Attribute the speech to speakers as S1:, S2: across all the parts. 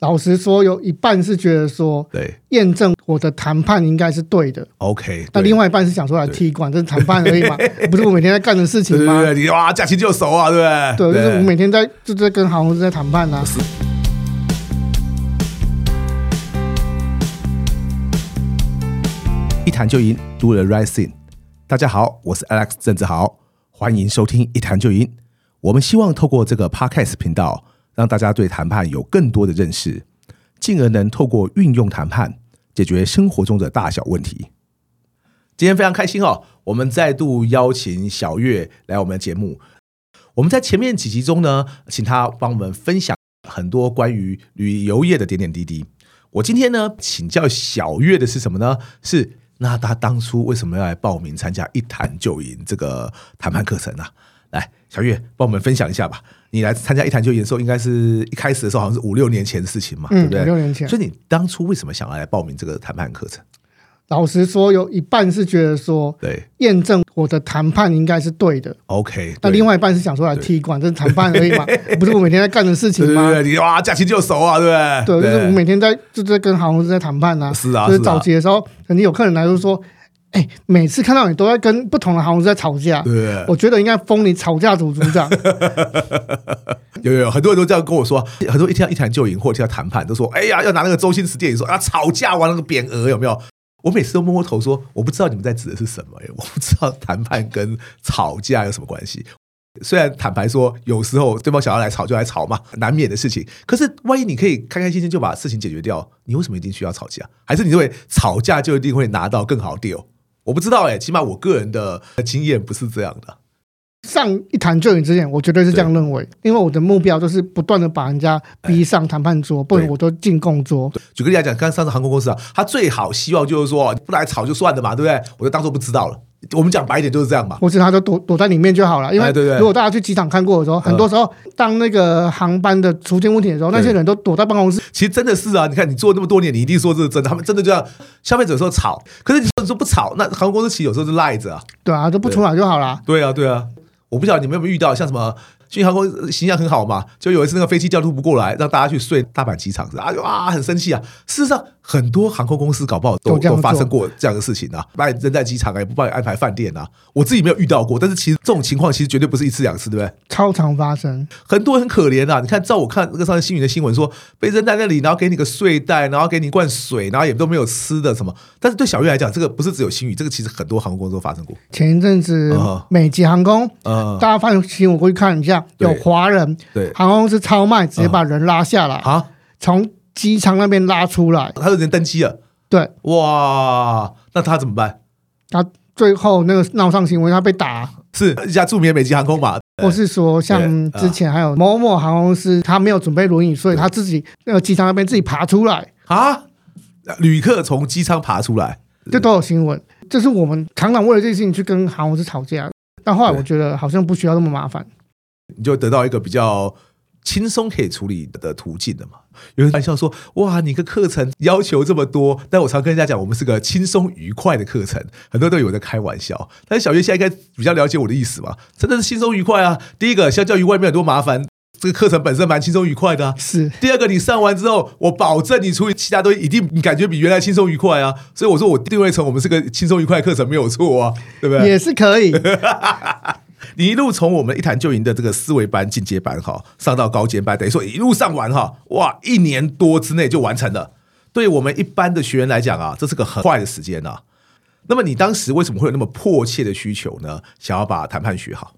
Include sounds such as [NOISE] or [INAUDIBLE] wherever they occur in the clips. S1: 老实说，有一半是觉得说
S2: 对
S1: 验证我的谈判应该是对的，
S2: ，OK 对。
S1: 那另外一半是想说来踢馆， [LAUGHS] 这是谈判而已嘛，不是我每天在干的事情
S2: 对对
S1: 吗？
S2: 对，你哇驾轻就熟啊，对
S1: 对，
S2: 不对？
S1: 就是我每天在就在跟航空公司在谈判啊。
S2: 一谈就赢，Do the right thing。大家好，我是 Alex 郑志豪，欢迎收听一谈就赢。我们希望透过这个 Podcast 频道，让大家对谈判有更多的认识，进而能透过运用谈判解决生活中的大小问题。今天非常开心哦，我们再度邀请小月来我们的节目。我们在前面几集中呢，请她帮我们分享很多关于旅游业的点点滴滴。我今天呢，请教小月的是什么呢？是那他当初为什么要来报名参加“一谈就赢”这个谈判课程啊？来，小月帮我们分享一下吧。你来参加“一谈就赢”的时候，应该是一开始的时候好像是五六年前的事情嘛，对
S1: 嗯
S2: 不对？
S1: 五六年前
S2: 所以你当初为什么想要来报名这个谈判课程？
S1: 老实说，有一半是觉得说
S2: 对
S1: 验证我的谈判应该是对的，
S2: ，OK 对。
S1: 那另外一半是想说来踢馆，这是谈判而
S2: [LAUGHS]
S1: 已嘛，不是我每天在干的事
S2: 对
S1: 情
S2: 对
S1: 吗？
S2: 对，你哇驾轻就熟啊，对
S1: 对，
S2: 不
S1: 就是我
S2: 对？
S1: 每天在就在跟航空公司在谈判啊。
S2: 是啊
S1: 就是
S2: 啊
S1: 早期的时候，曾经有客人来就说：“哎，每次看到你都在跟不同的航空公司在吵架，
S2: 对对
S1: 我觉得应该封你吵架组组
S2: [LAUGHS]
S1: 长。”
S2: 有有有很多人都这样跟我说，很多一听到一谈就赢或者听到谈判，都说哎呀要拿那个周星驰电影说啊吵架玩那个匾额有没有？我每次都摸摸头说我不知道你们在指的是什么、哎我不知道谈判跟吵架有什么关系。虽然坦白说，有时候对方想要来吵就来吵嘛，难免的事情。可是万一你可以开开心心就把事情解决掉，你为什么一定需要吵架？还是你认为吵架就一定会拿到更好 deal？我不知道哎、起码我个人的经验不是这样的。
S1: 上一谈就赢之前，我绝对是这样认为，因为我的目标就是不断的把人家逼上谈判桌，不然我都进供桌。
S2: 举个例来讲，刚刚上次航空公司啊，他最好希望就是说不来吵就算了嘛，对不对？我就当做不知道了。我们讲白一点就是这样嘛。
S1: 或者他就躲躲在里面就好了，因为
S2: 哎对对嗯
S1: 如果大家去机场看过的时候，很多时候当那个航班的出现问题的时候，那些人都躲在办公室，
S2: 其实真的是啊，你看你做那么多年，你一定说这是真的。他们真的就像消费者说吵，可是你说你说不吵，那航空公司其实有时候是赖着啊。
S1: 对啊，都不出来就好了。
S2: 对啊，对啊，我不晓得你们有没有遇到像什么。新航空形象很好嘛，就有一次那个飞机调度不过来，让大家去睡大阪机场，啊呦啊，很生气啊。事实上，很多航空公司搞不好都
S1: 都这样
S2: 都发
S1: 做
S2: 生过这样的事情啊，把你扔在机场啊，也不帮你安排饭店啊。我自己没有遇到过，但是其实这种情况其实绝对不是一次两次，对不对？
S1: 超常发生，
S2: 很多人很可怜啊！你看，照我看那个上次新闻的新闻说，被扔在那里，然后给你个睡袋，然后给你一罐水，然后也都没有吃的什么。但是对小月来讲，这个不是只有新宇，这个其实很多航空公司都发生过。
S1: 前一阵子
S2: 啊
S1: 美籍航空，
S2: 嗯，
S1: 大家发现新闻过去看一下，
S2: 对
S1: 有华人 [LAUGHS]
S2: 对，嗯
S1: 航空公司超卖，直接把人拉下来，
S2: 啊，
S1: 从机场那边拉出来，
S2: 他都已经登机了，
S1: 对，
S2: 哇，那他怎么办？
S1: 他最后那个闹上新闻，他被打。
S2: 是一家著名的美籍航空嘛？
S1: 或是说，像之前
S2: 啊
S1: 还有某某航空公司，他没有准备轮椅，所以他自己那个机舱那边自己爬出来，
S2: 啊，旅客从机舱爬出来，
S1: 这都有新闻。这是我们常常为了这件事情去跟航空公司吵架，但后来我觉得好像不需要那么麻烦。
S2: 你就得到一个比较轻松可以处理的途径的嘛。有人玩笑说：“哇，你个课程要求这么多。”但我常跟人家讲，我们是个轻松愉快的课程，很多都有在开玩笑。但是小月现在应该比较了解我的意思嘛，真的是轻松愉快啊。第一个，相较于外面很多麻烦，这个课程本身蛮轻松愉快的、啊。
S1: 是
S2: 第二个，你上完之后，我保证你处理其他东西一定你感觉比原来轻松愉快啊。所以我说，我定位成我们是个轻松愉快的课程没有错啊，对不对？
S1: 也是可
S2: [LAUGHS]
S1: 以，
S2: 你一路从我们一谈就赢的这个思维班、进阶班哈，上到高阶班，等于说一路上完哈，哇，一年多之内就完成了。对我们一般的学员来讲啊，这是个很快的时间啊。那么你当时为什么会有那么迫切的需求呢？想要把谈判学好？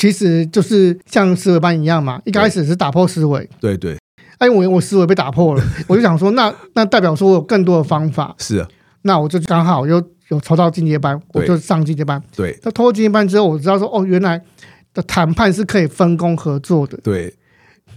S1: 其实就是像思维班一样嘛，一开始是打破思维，
S2: 对对，
S1: 哎，我我思维被打破
S2: [LAUGHS]
S1: 了，我就想说，那那代表说我有更多的方法，
S2: 是啊，
S1: 那我就刚好又有抽到进阶班，我
S2: 对
S1: 就上进阶班。
S2: 对
S1: 那透过经验班之后，我知道说哦，原来的谈判是可以分工合作的。
S2: 对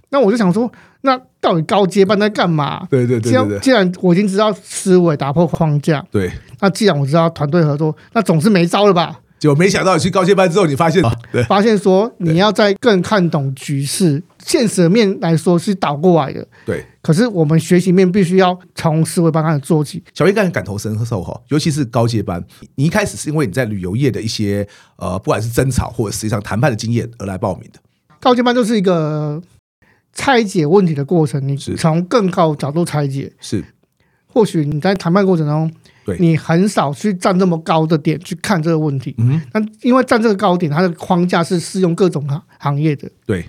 S1: 那我就想说，那到底高阶班在干嘛？
S2: 对对对
S1: 既然
S2: 对对
S1: 既然我已经知道思维打破框架，
S2: 对。
S1: 那既然我知道团队合作，那总是没招了吧？
S2: 结果没想到你去高阶班之后，你发现、啊对
S1: 发现说你要再更看懂局势，现实面来说是倒过来的，
S2: 对，
S1: 可是我们学习面必须要从思维班开始做起。
S2: 小叶干感同身受哈，尤其是高阶班，你一开始是因为你在旅游业的一些呃，不管是争吵或者实际上谈判的经验而来报名的。
S1: 高阶班就是一个拆解问题的过程，你
S2: 是
S1: 从更高的角度拆解，
S2: 是
S1: 或许你在谈判过程中
S2: 对，
S1: 你很少去站这么高的点去看这个问题。
S2: 嗯，
S1: 那因为站这个高点，它的框架是适用各种行行业的。
S2: 对，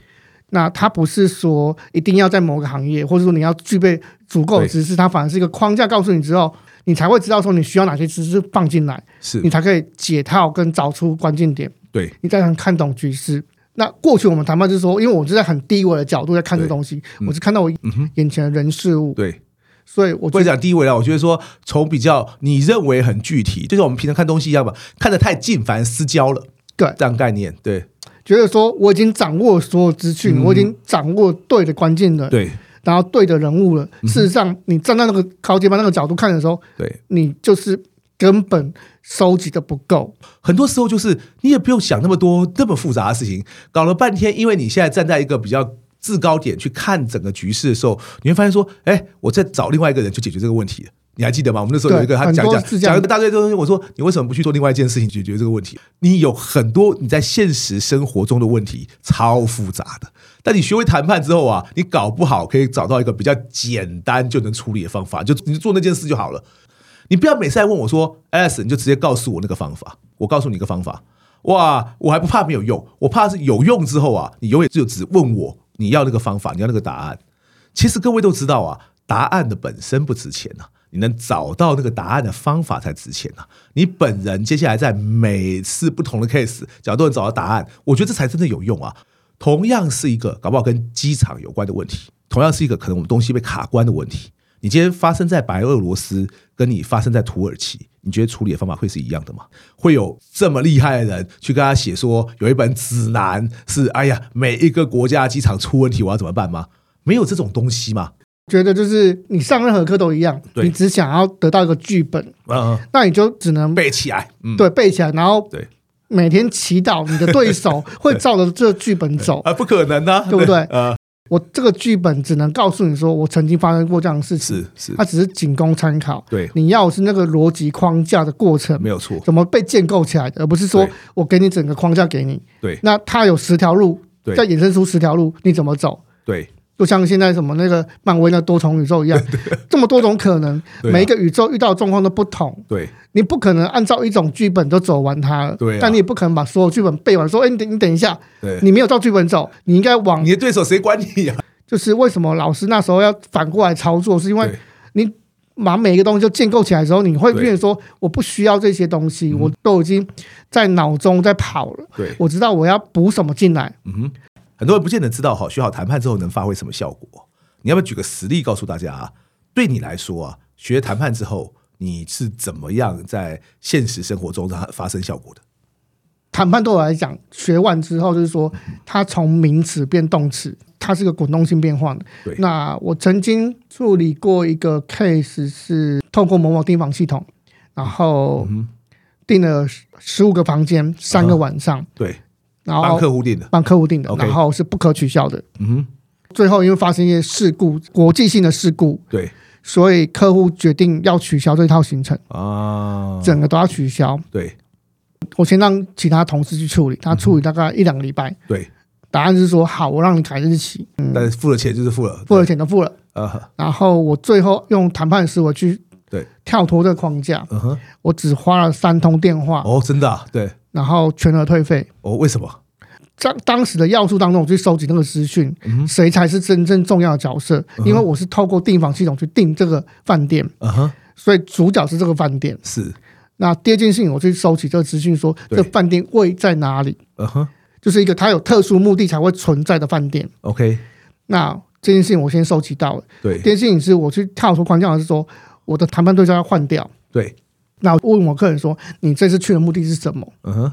S1: 那它不是说一定要在某个行业，或者说你要具备足够的
S2: 对
S1: 知识，它反而是一个框架，告诉你之后，你才会知道说你需要哪些知识放进来，
S2: 是
S1: 你才可以解套跟找出关键点，
S2: 对，
S1: 你才能看懂局势。那过去我们谈判就是说，因为我是在很低维的角度在看这东西，
S2: 嗯
S1: 我是看到我眼前的人事物，
S2: 对。
S1: 所以我
S2: 不
S1: 觉
S2: 能
S1: 得
S2: 讲低维了，我觉得说从比较你认为很具体，就像我们平常看东西一样吧，看得太近反而失焦了。
S1: 对
S2: 这样概念，对
S1: 觉得说我已经掌握所有资讯，我已经掌握对的关键的，
S2: 嗯对嗯
S1: 然后对的人物了。事实上，你站在那个高阶班那个角度看的时候，
S2: 对，
S1: 你就是根本收集的不够。
S2: 很多时候就是你也不用想那么多那么复杂的事情，搞了半天，因为你现在站在一个比较制高点去看整个局势的时候，你会发现说，哎，我在找另外一个人去解决这个问题。你还记得吗？我们那时候有一个
S1: 对
S2: 他讲一
S1: 很多
S2: 讲
S1: 是这样
S2: 讲一个大堆东西，我说你为什么不去做另外一件事情解决这个问题？你有很多你在现实生活中的问题超复杂的，但你学会谈判之后啊，你搞不好可以找到一个比较简单就能处理的方法，就你就做那件事就好了。你不要每次来问我说 Alice，你就直接告诉我那个方法，我告诉你一个方法。哇，我还不怕没有用，我怕是有用之后啊，你永远就只问我你要那个方法，你要那个答案。其实各位都知道啊，答案的本身不值钱呐、啊你能找到那个答案的方法才值钱呐、啊你本人接下来在每次不同的 case，假如都能找到答案，我觉得这才真的有用啊。同样是一个搞不好跟机场有关的问题，同样是一个可能我们东西被卡关的问题。你今天发生在白俄罗斯，跟你发生在土耳其，你觉得处理的方法会是一样的吗？会有这么厉害的人去跟他写说有一本指南是，哎呀，每一个国家机场出问题我要怎么办吗？没有这种东西吗？
S1: 觉得就是你上任何课都一样，
S2: 对
S1: 你只想要得到一个剧本，
S2: 嗯、
S1: 那你就只能
S2: 背起来，嗯，
S1: 对背起来，然后
S2: 对
S1: 每天祈祷你的对
S2: [LAUGHS]
S1: 手会照着这剧本走。
S2: 啊，不可能呢、
S1: 对不对
S2: 呃，
S1: 我这个剧本只能告诉你说，我曾经发生过这样的事情，
S2: 是是
S1: 它，只是仅供参考。
S2: 对，
S1: 你要的是那个逻辑框架的过程，
S2: 没有错，
S1: 怎么被建构起来的，而不是说
S2: 对
S1: 我给你整个框架给你。
S2: 对
S1: 那它有十条路，
S2: 对
S1: 再衍生出十条路，你怎么走？
S2: 对，
S1: 就像现在什么那个漫威那多重宇宙
S2: [LAUGHS]
S1: 一样，这么多种可能，
S2: 对啊
S1: 每一个宇宙遇到的状况都不同，
S2: 对，
S1: 你不可能按照一种剧本都走完它了。
S2: 对啊
S1: 但你也不可能把所有剧本背完，说，哎，你等你等一下，
S2: 对，
S1: 你没有照剧本走，你应该往
S2: 你的对手谁管你啊呀、
S1: 就是为什么老师那时候要反过来操作，是因为
S2: 对
S1: 把每一个东西都建构起来的时候，你会
S2: 对
S1: 变成说，我不需要这些东西，
S2: 嗯
S1: 我都已经在脑中在跑了，
S2: 对，
S1: 我知道我要补什么进来。
S2: 嗯哼，很多人不见得知道哈，学好谈判之后能发挥什么效果。你要不要举个实例告诉大家啊？对你来说啊，学谈判之后，你是怎么样在现实生活中让它发生效果的？
S1: 谈判对我来讲，学完之后就是说，它从名词变动词，它是一个滚动性变换的
S2: 对。
S1: 那我曾经处理过一个 case，是透过某某订房系统，然后
S2: 嗯
S1: 订了十五个房间，三个晚上，
S2: 对，
S1: 然
S2: 啊帮
S1: 后
S2: 客户定的，
S1: 帮客户订的，
S2: OK
S1: 然后是不可取消的。
S2: 嗯哼，
S1: 最后因为发生一些事故，国际性的事故，
S2: 对
S1: 所以客户决定要取消这套行程，
S2: 啊，
S1: 整个都要取消。
S2: 对
S1: 我先让其他同事去处理，他处理大概一两个礼拜，
S2: 对，
S1: 答案是说好，我让你改日期，
S2: 但是付了钱就是付了，
S1: 嗯付了钱都付了。
S2: 啊，
S1: 然后我最后用谈判思维去
S2: 对
S1: 跳脱这个框架，
S2: 嗯哼，
S1: 我只花了三通电话，
S2: 哦，真的、啊，对，
S1: 然后全额退费。
S2: 哦，为什么？
S1: 当当时的要素当中，我去收集那个资讯，
S2: 嗯
S1: 谁才是真正重要的角色？因为我是透过订房系统去订这个饭店，
S2: 嗯哼，
S1: 所以主角是这个饭店。
S2: 是，
S1: 那第二件事情，我去收集这个资讯，说
S2: 对
S1: 这饭店位在哪里，
S2: 嗯哼
S1: 就是一个它有特殊目的才会存在的饭店。
S2: ，OK，
S1: 那这件事情我先收集到了。
S2: 对
S1: 第二件事情是我去跳出框架，是说我的谈判对象要换掉。
S2: 对，
S1: 那我问我客人说：“你这次去的目的是什么
S2: 嗯哼，？”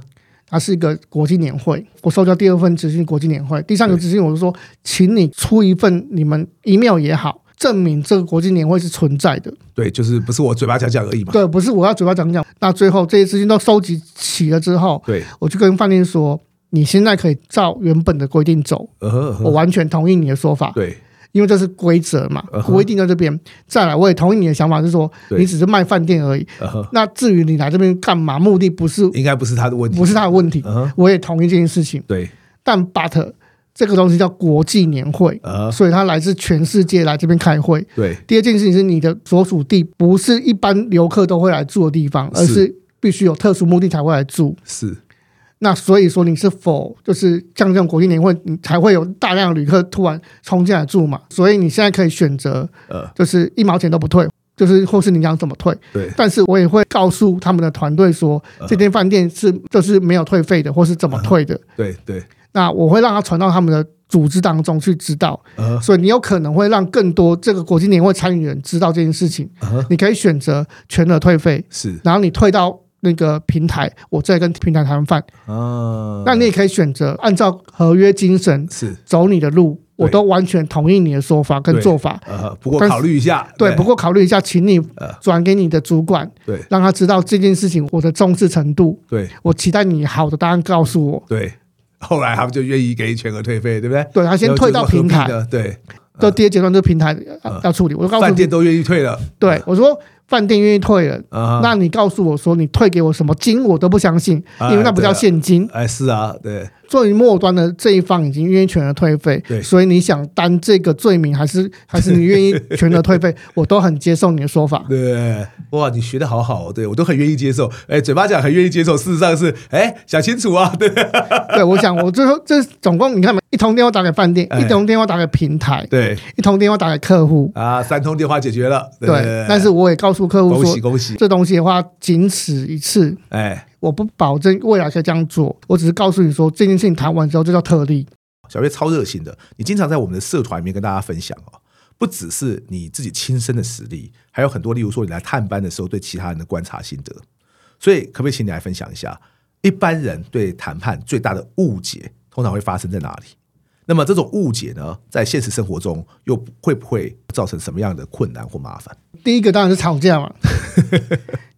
S1: 它是一个国际年会，我收到第二份资讯，国际年会。第三个
S2: 对
S1: 资讯，我就说，请你出一份你们 email 也好，证明这个国际年会是存在的。
S2: 对，就是不是我嘴巴讲讲而已嘛，
S1: 对，不是我要嘴巴讲讲。那最后这些资讯都收集齐了之后，
S2: 对，
S1: 我就跟饭店说，你现在可以照原本的规定走，
S2: 嗯哼，嗯
S1: 我
S2: 哼
S1: 完全同意你的说法，
S2: 对
S1: 因为这是规则嘛
S2: 嗯，哼
S1: 规定在这边。再来，我也同意你的想法，是说
S2: 对
S1: 你只是卖饭店而已。
S2: 嗯哼，
S1: 那至于你来这边干嘛，目的不是
S2: 应该不是他的问题，
S1: 不是他的问题，
S2: 嗯哼，
S1: 我也同意这件事情。
S2: 对
S1: 但 but 这个东西叫国际年会，
S2: 呃，
S1: 所以它来自全世界来这边开会。
S2: 对，
S1: 第二件事情是你的所属地不是一般游客都会来住的地方，而
S2: 是
S1: 是必须有特殊目的才会来住。
S2: 是
S1: 那所以说你是否就是像这种国际年会，你才会有大量的旅客突然冲进来住嘛？所以你现在可以选择，
S2: 呃，
S1: 就是一毛钱都不退，就是或是你想怎么退。
S2: 对，
S1: 但是我也会告诉他们的团队说，这间饭店是就是没有退费的，或是怎么退的。
S2: 对对，
S1: 那我会让它传到他们的组织当中去知道，
S2: 呃
S1: 所以你有可能会让更多这个国际年会参与人知道这件事情。
S2: 呃，
S1: 你可以选择全额退费，
S2: 是
S1: 然后你退到那个平台，我再跟平台摊贩。
S2: 啊，
S1: 那你也可以选择按照合约精神
S2: 是
S1: 走你的路，
S2: 对
S1: 我都完全同意你的说法跟
S2: 对
S1: 做法。
S2: 呃，不过
S1: 但是
S2: 考虑一下，
S1: 对，不过考虑一下，请你
S2: 呃
S1: 转给你的主管，
S2: 对
S1: 让他知道这件事情我的重视程度。
S2: 对
S1: 我期待你好的答案告诉我。
S2: 对，后来他们就愿意给你全额退费，对不对？
S1: 对他先
S2: 然后
S1: 退
S2: 就
S1: 到
S2: 是
S1: 平台
S2: 合并，的，对，
S1: 到第二阶段就是平台
S2: 嗯
S1: 要要处理。我就告诉
S2: 饭
S1: 你
S2: 店，都愿意退了
S1: 对我说饭店愿意退了，
S2: 啊，
S1: 那你告诉我说你退给我什么金，我都不相信，
S2: 哎
S1: 因为那不叫现金。
S2: 哎是啊，对
S1: 作为末端的这一方已经愿意全额退费
S2: 对，
S1: 所以你想担这个罪名，还是 [LAUGHS] 还是你愿意全额退
S2: [LAUGHS]
S1: 费，我都很接受你的说法。
S2: 对，哇，你学的好好，哦，对我都很愿意接受，哎，嘴巴讲很愿意接受，事实上是哎想清楚啊，对 [LAUGHS]
S1: 对，我想我最后这总共你看嘛，一通电话打给饭店，
S2: 哎
S1: 一通电话打给平台，
S2: 对
S1: 一通电话打给客户。
S2: 啊，三通电话解决了，对
S1: 对，但是我也告诉客户
S2: 恭
S1: 说
S2: 喜，恭喜，
S1: 这东西的话仅此一次，
S2: 哎，
S1: 我不保证未来可以这样做，我只是告诉你说这件事情谈完之后就叫特例。
S2: 小月超热心的，你经常在我们的社团里面跟大家分享哦，不只是你自己亲身的实力，还有很多，例如说你来探班的时候对其他人的观察心得。所以，可不可以请你来分享一下，一般人对谈判最大的误解通常会发生在哪里？那么这种误解呢，在现实生活中又会不会造成什么样的困难或麻烦？
S1: 第一个当然是吵架嘛，
S2: [LAUGHS]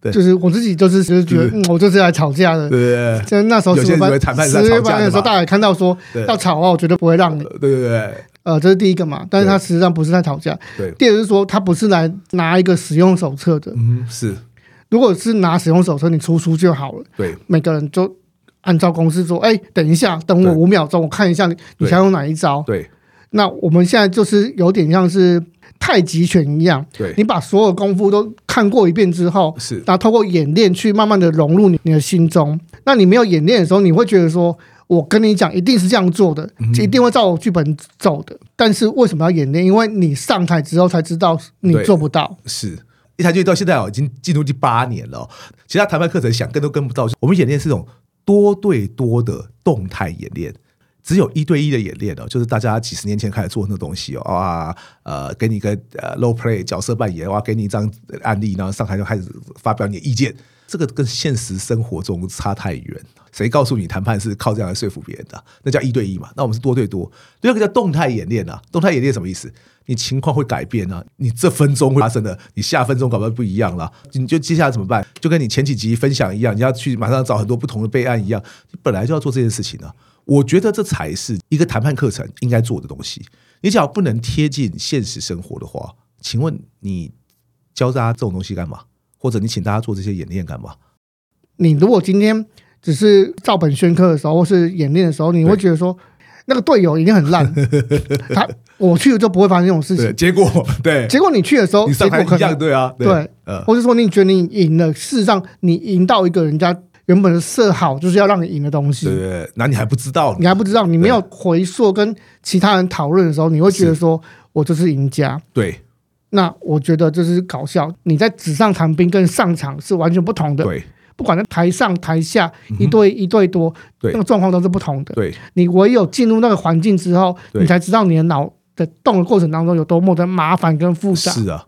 S2: 对
S1: 就是我自己就是就是觉得，
S2: 对
S1: 嗯，我就是来吵架的
S2: 对。对
S1: 就那时候
S2: 有些
S1: 十
S2: 人
S1: 月
S2: 以为谈判
S1: 班
S2: 是在
S1: 十月
S2: 吵架
S1: 班
S2: 的
S1: 的时候，
S2: 嘛
S1: 大家也看到说
S2: 对
S1: 要吵的话，我绝对不会让你。
S2: 对对对
S1: 呃，这是第一个嘛，但是他
S2: 对
S1: 实际上不是在吵架。
S2: 对对，
S1: 第二个是说他不是来拿一个使用手册的，
S2: 嗯，是，
S1: 如果是拿使用手册，你出书就好了，
S2: 对
S1: 每个人就按照公式说，哎，等一下，等
S2: 对
S1: 我五秒钟，我看一下你你
S2: 对
S1: 想用哪一招。
S2: 对
S1: 那我们现在就是有点像是太极拳一样，
S2: 对，
S1: 你把所有功夫都看过一遍之后，
S2: 是
S1: 然后透过演练去慢慢的融入你你的心中。那你没有演练的时候，你会觉得说，我跟你讲一定是这样做的，
S2: 嗯
S1: 一定会照我剧本走的。但是为什么要演练？因为你上台之后才知道你
S2: 对
S1: 做不到。
S2: 是一台剧到现在哦，已经进入第八年了哦、其他谈判课程想跟都跟不到。我们演练是一种多对多的动态演练，只有一对一的演练哦，就是大家几十年前开始做那东西哦啊，呃，给你一个呃 role play 角色扮演，哇，给你一张案例，然后上台就开始发表你的意见。这个跟现实生活中差太远，谁告诉你谈判是靠这样来说服别人的啊、那叫一对一嘛，那我们是多对多。第二个叫动态演练啊，动态演练什么意思？你情况会改变啊，你这分钟会发生的，你下分钟搞不好不一样了，你就接下来怎么办？就跟你前几集分享一样，你要去马上找很多不同的备案一样，你本来就要做这件事情啊。我觉得这才是一个谈判课程应该做的东西。你只要不能贴近现实生活的话，请问你教大家这种东西干嘛？或者你请大家做这些演练干嘛？
S1: 你如果今天只是照本宣科的时候，或是演练的时候，你会觉得说，那个队友一定很
S2: [LAUGHS]
S1: 烂，他我去了就不会发生这种事
S2: 对，
S1: 情。
S2: 结 [LAUGHS] 果对，
S1: 结果你去的时候，
S2: 你
S1: 结
S2: 上台
S1: 果可
S2: 一样
S1: 能
S2: 对啊，
S1: 对
S2: 呃，
S1: 或是说你觉得你赢了，事实上你赢到一个人家原本设好就是要让你赢的东西
S2: 对，对对，那你还不知道呢，
S1: 你还不知道，你没有回溯跟其他人讨论的时候，你会觉得说我就是赢家。
S2: 对
S1: 那我觉得这是搞笑。你在纸上谈兵跟上场是完全不同的，
S2: 对嗯
S1: 不管在台上台下一对一对多，
S2: 对
S1: 那个状况都是不同的。
S2: 对，
S1: 你唯有进入那个环境之后，
S2: 对
S1: 你才知道你的脑的动的过程当中有多么的麻烦跟复杂。
S2: 是啊，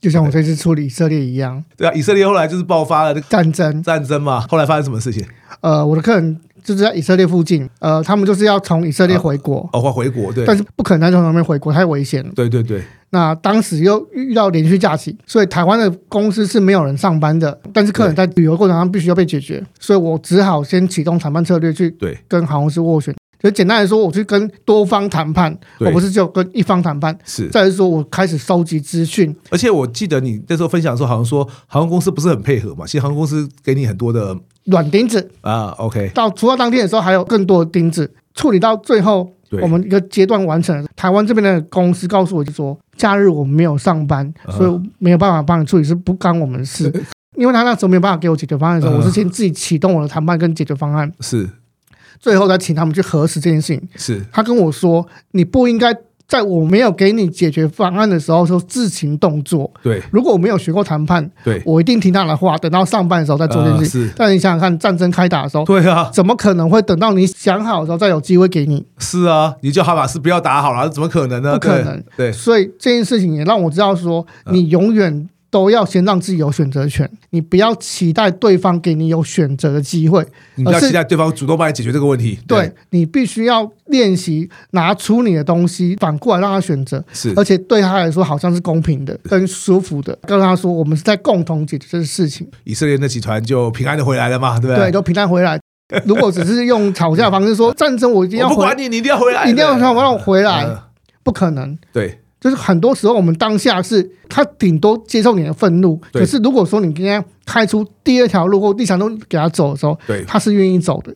S1: 就像我这次处理以色列一样，
S2: 对啊，以色列后来就是爆发了那个
S1: 战争，
S2: 战争嘛，后来发生什么事情？
S1: 呃，我的客人就是在以色列附近，呃，他们就是要从以色列回国，
S2: 哦，回回国，对
S1: 但是不可能从那边回国，太危险了。
S2: 对对对，
S1: 那当时又遇到连续假期，所以台湾的公司是没有人上班的，但是客人在旅游过程中必须要被解决，所以我只好先启动谈判策略去
S2: 对
S1: 跟航空公司斡旋。就简单来说，我去跟多方谈判，
S2: 对
S1: 我不是只有跟一方谈判。
S2: 是，
S1: 再来说，我开始收集资讯，
S2: 而且我记得你那时候分享的时候，好像说航空公司不是很配合嘛，其实航空公司给你很多的
S1: 软钉子。
S2: 啊，OK，
S1: 到除了当天的时候，还有更多的钉子。处理到最后，
S2: 对
S1: 我们一个阶段完成了。台湾这边的公司告诉我就说，假日我们没有上班，
S2: 嗯
S1: 所以没有办法帮你处理，是不干我们的
S2: [LAUGHS]
S1: 事。因为他那时候没有办法给我解决方案的时候，
S2: 嗯
S1: 我是先自己启动我的谈判跟解决方案，
S2: 是
S1: 最后再请他们去核实这件事情。
S2: 是，
S1: 他跟我说，你不应该在我没有给你解决方案的时候就自行动作。
S2: 对
S1: 如果我没有学过谈判，
S2: 对，
S1: 我一定听他的话，等到上班的时候再做这件事情。
S2: 呃是
S1: 但你想想看，战争开打的时候，
S2: 对啊，
S1: 怎么可能会等到你想好的时候再有机会给你？
S2: 是啊，你叫哈马斯不要打好了，怎么可能呢？
S1: 不可
S2: 对
S1: 能
S2: 对，嗯
S1: 所以这件事情也让我知道说，你永远都要先让自己有选择权，你不要期待对方给你有选择的机会。
S2: 你不要
S1: 呃而是
S2: 期待对方主动帮你解决这个问题。
S1: 对你必须要练习拿出你的东西，反过来让他选择，
S2: 是
S1: 而且对他来说好像是公平的、跟舒服的。跟他说，我们是在共同解决这个事情，
S2: 以色列那集团就平安的回来了嘛，对不
S1: 对，都平安回来。
S2: [LAUGHS]
S1: 如果只是用吵架的方式说战争，我一定
S2: 我
S1: 要
S2: 不
S1: 回，
S2: 管你，你一定要回来，嗯
S1: 一定要让我让我回
S2: 回
S1: 来，不可能。
S2: 对，
S1: 就是很多时候我们当下是他顶多接受你的愤怒，
S2: 对
S1: 可是如果说你今天开出第二条路或第三条路给他走的时候，
S2: 对
S1: 他是愿意走的。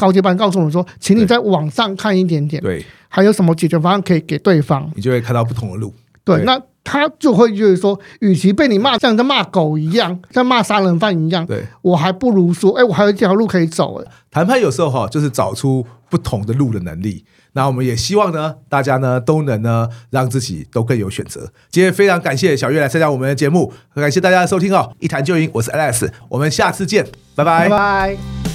S1: 高阶班告诉我们说，请你再往上看一点点，
S2: 对，
S1: 还有什么解决方案可以给对方？
S2: 你就会看到不同的路。
S1: 对，
S2: 对
S1: 那他就会就是说，与其被你骂像在骂狗一样，像骂杀人犯一样，
S2: 对，
S1: 我还不如说，哎、我还有一条路可以走、哎，
S2: 谈判有时候哈，就是找出不同的路的能力。那我们也希望呢，大家呢都能呢让自己都更有选择。今天非常感谢小月来参加我们的节目，感谢大家的收听哦，一谈就赢，我是 Alex，我们下次见，拜
S1: 拜拜。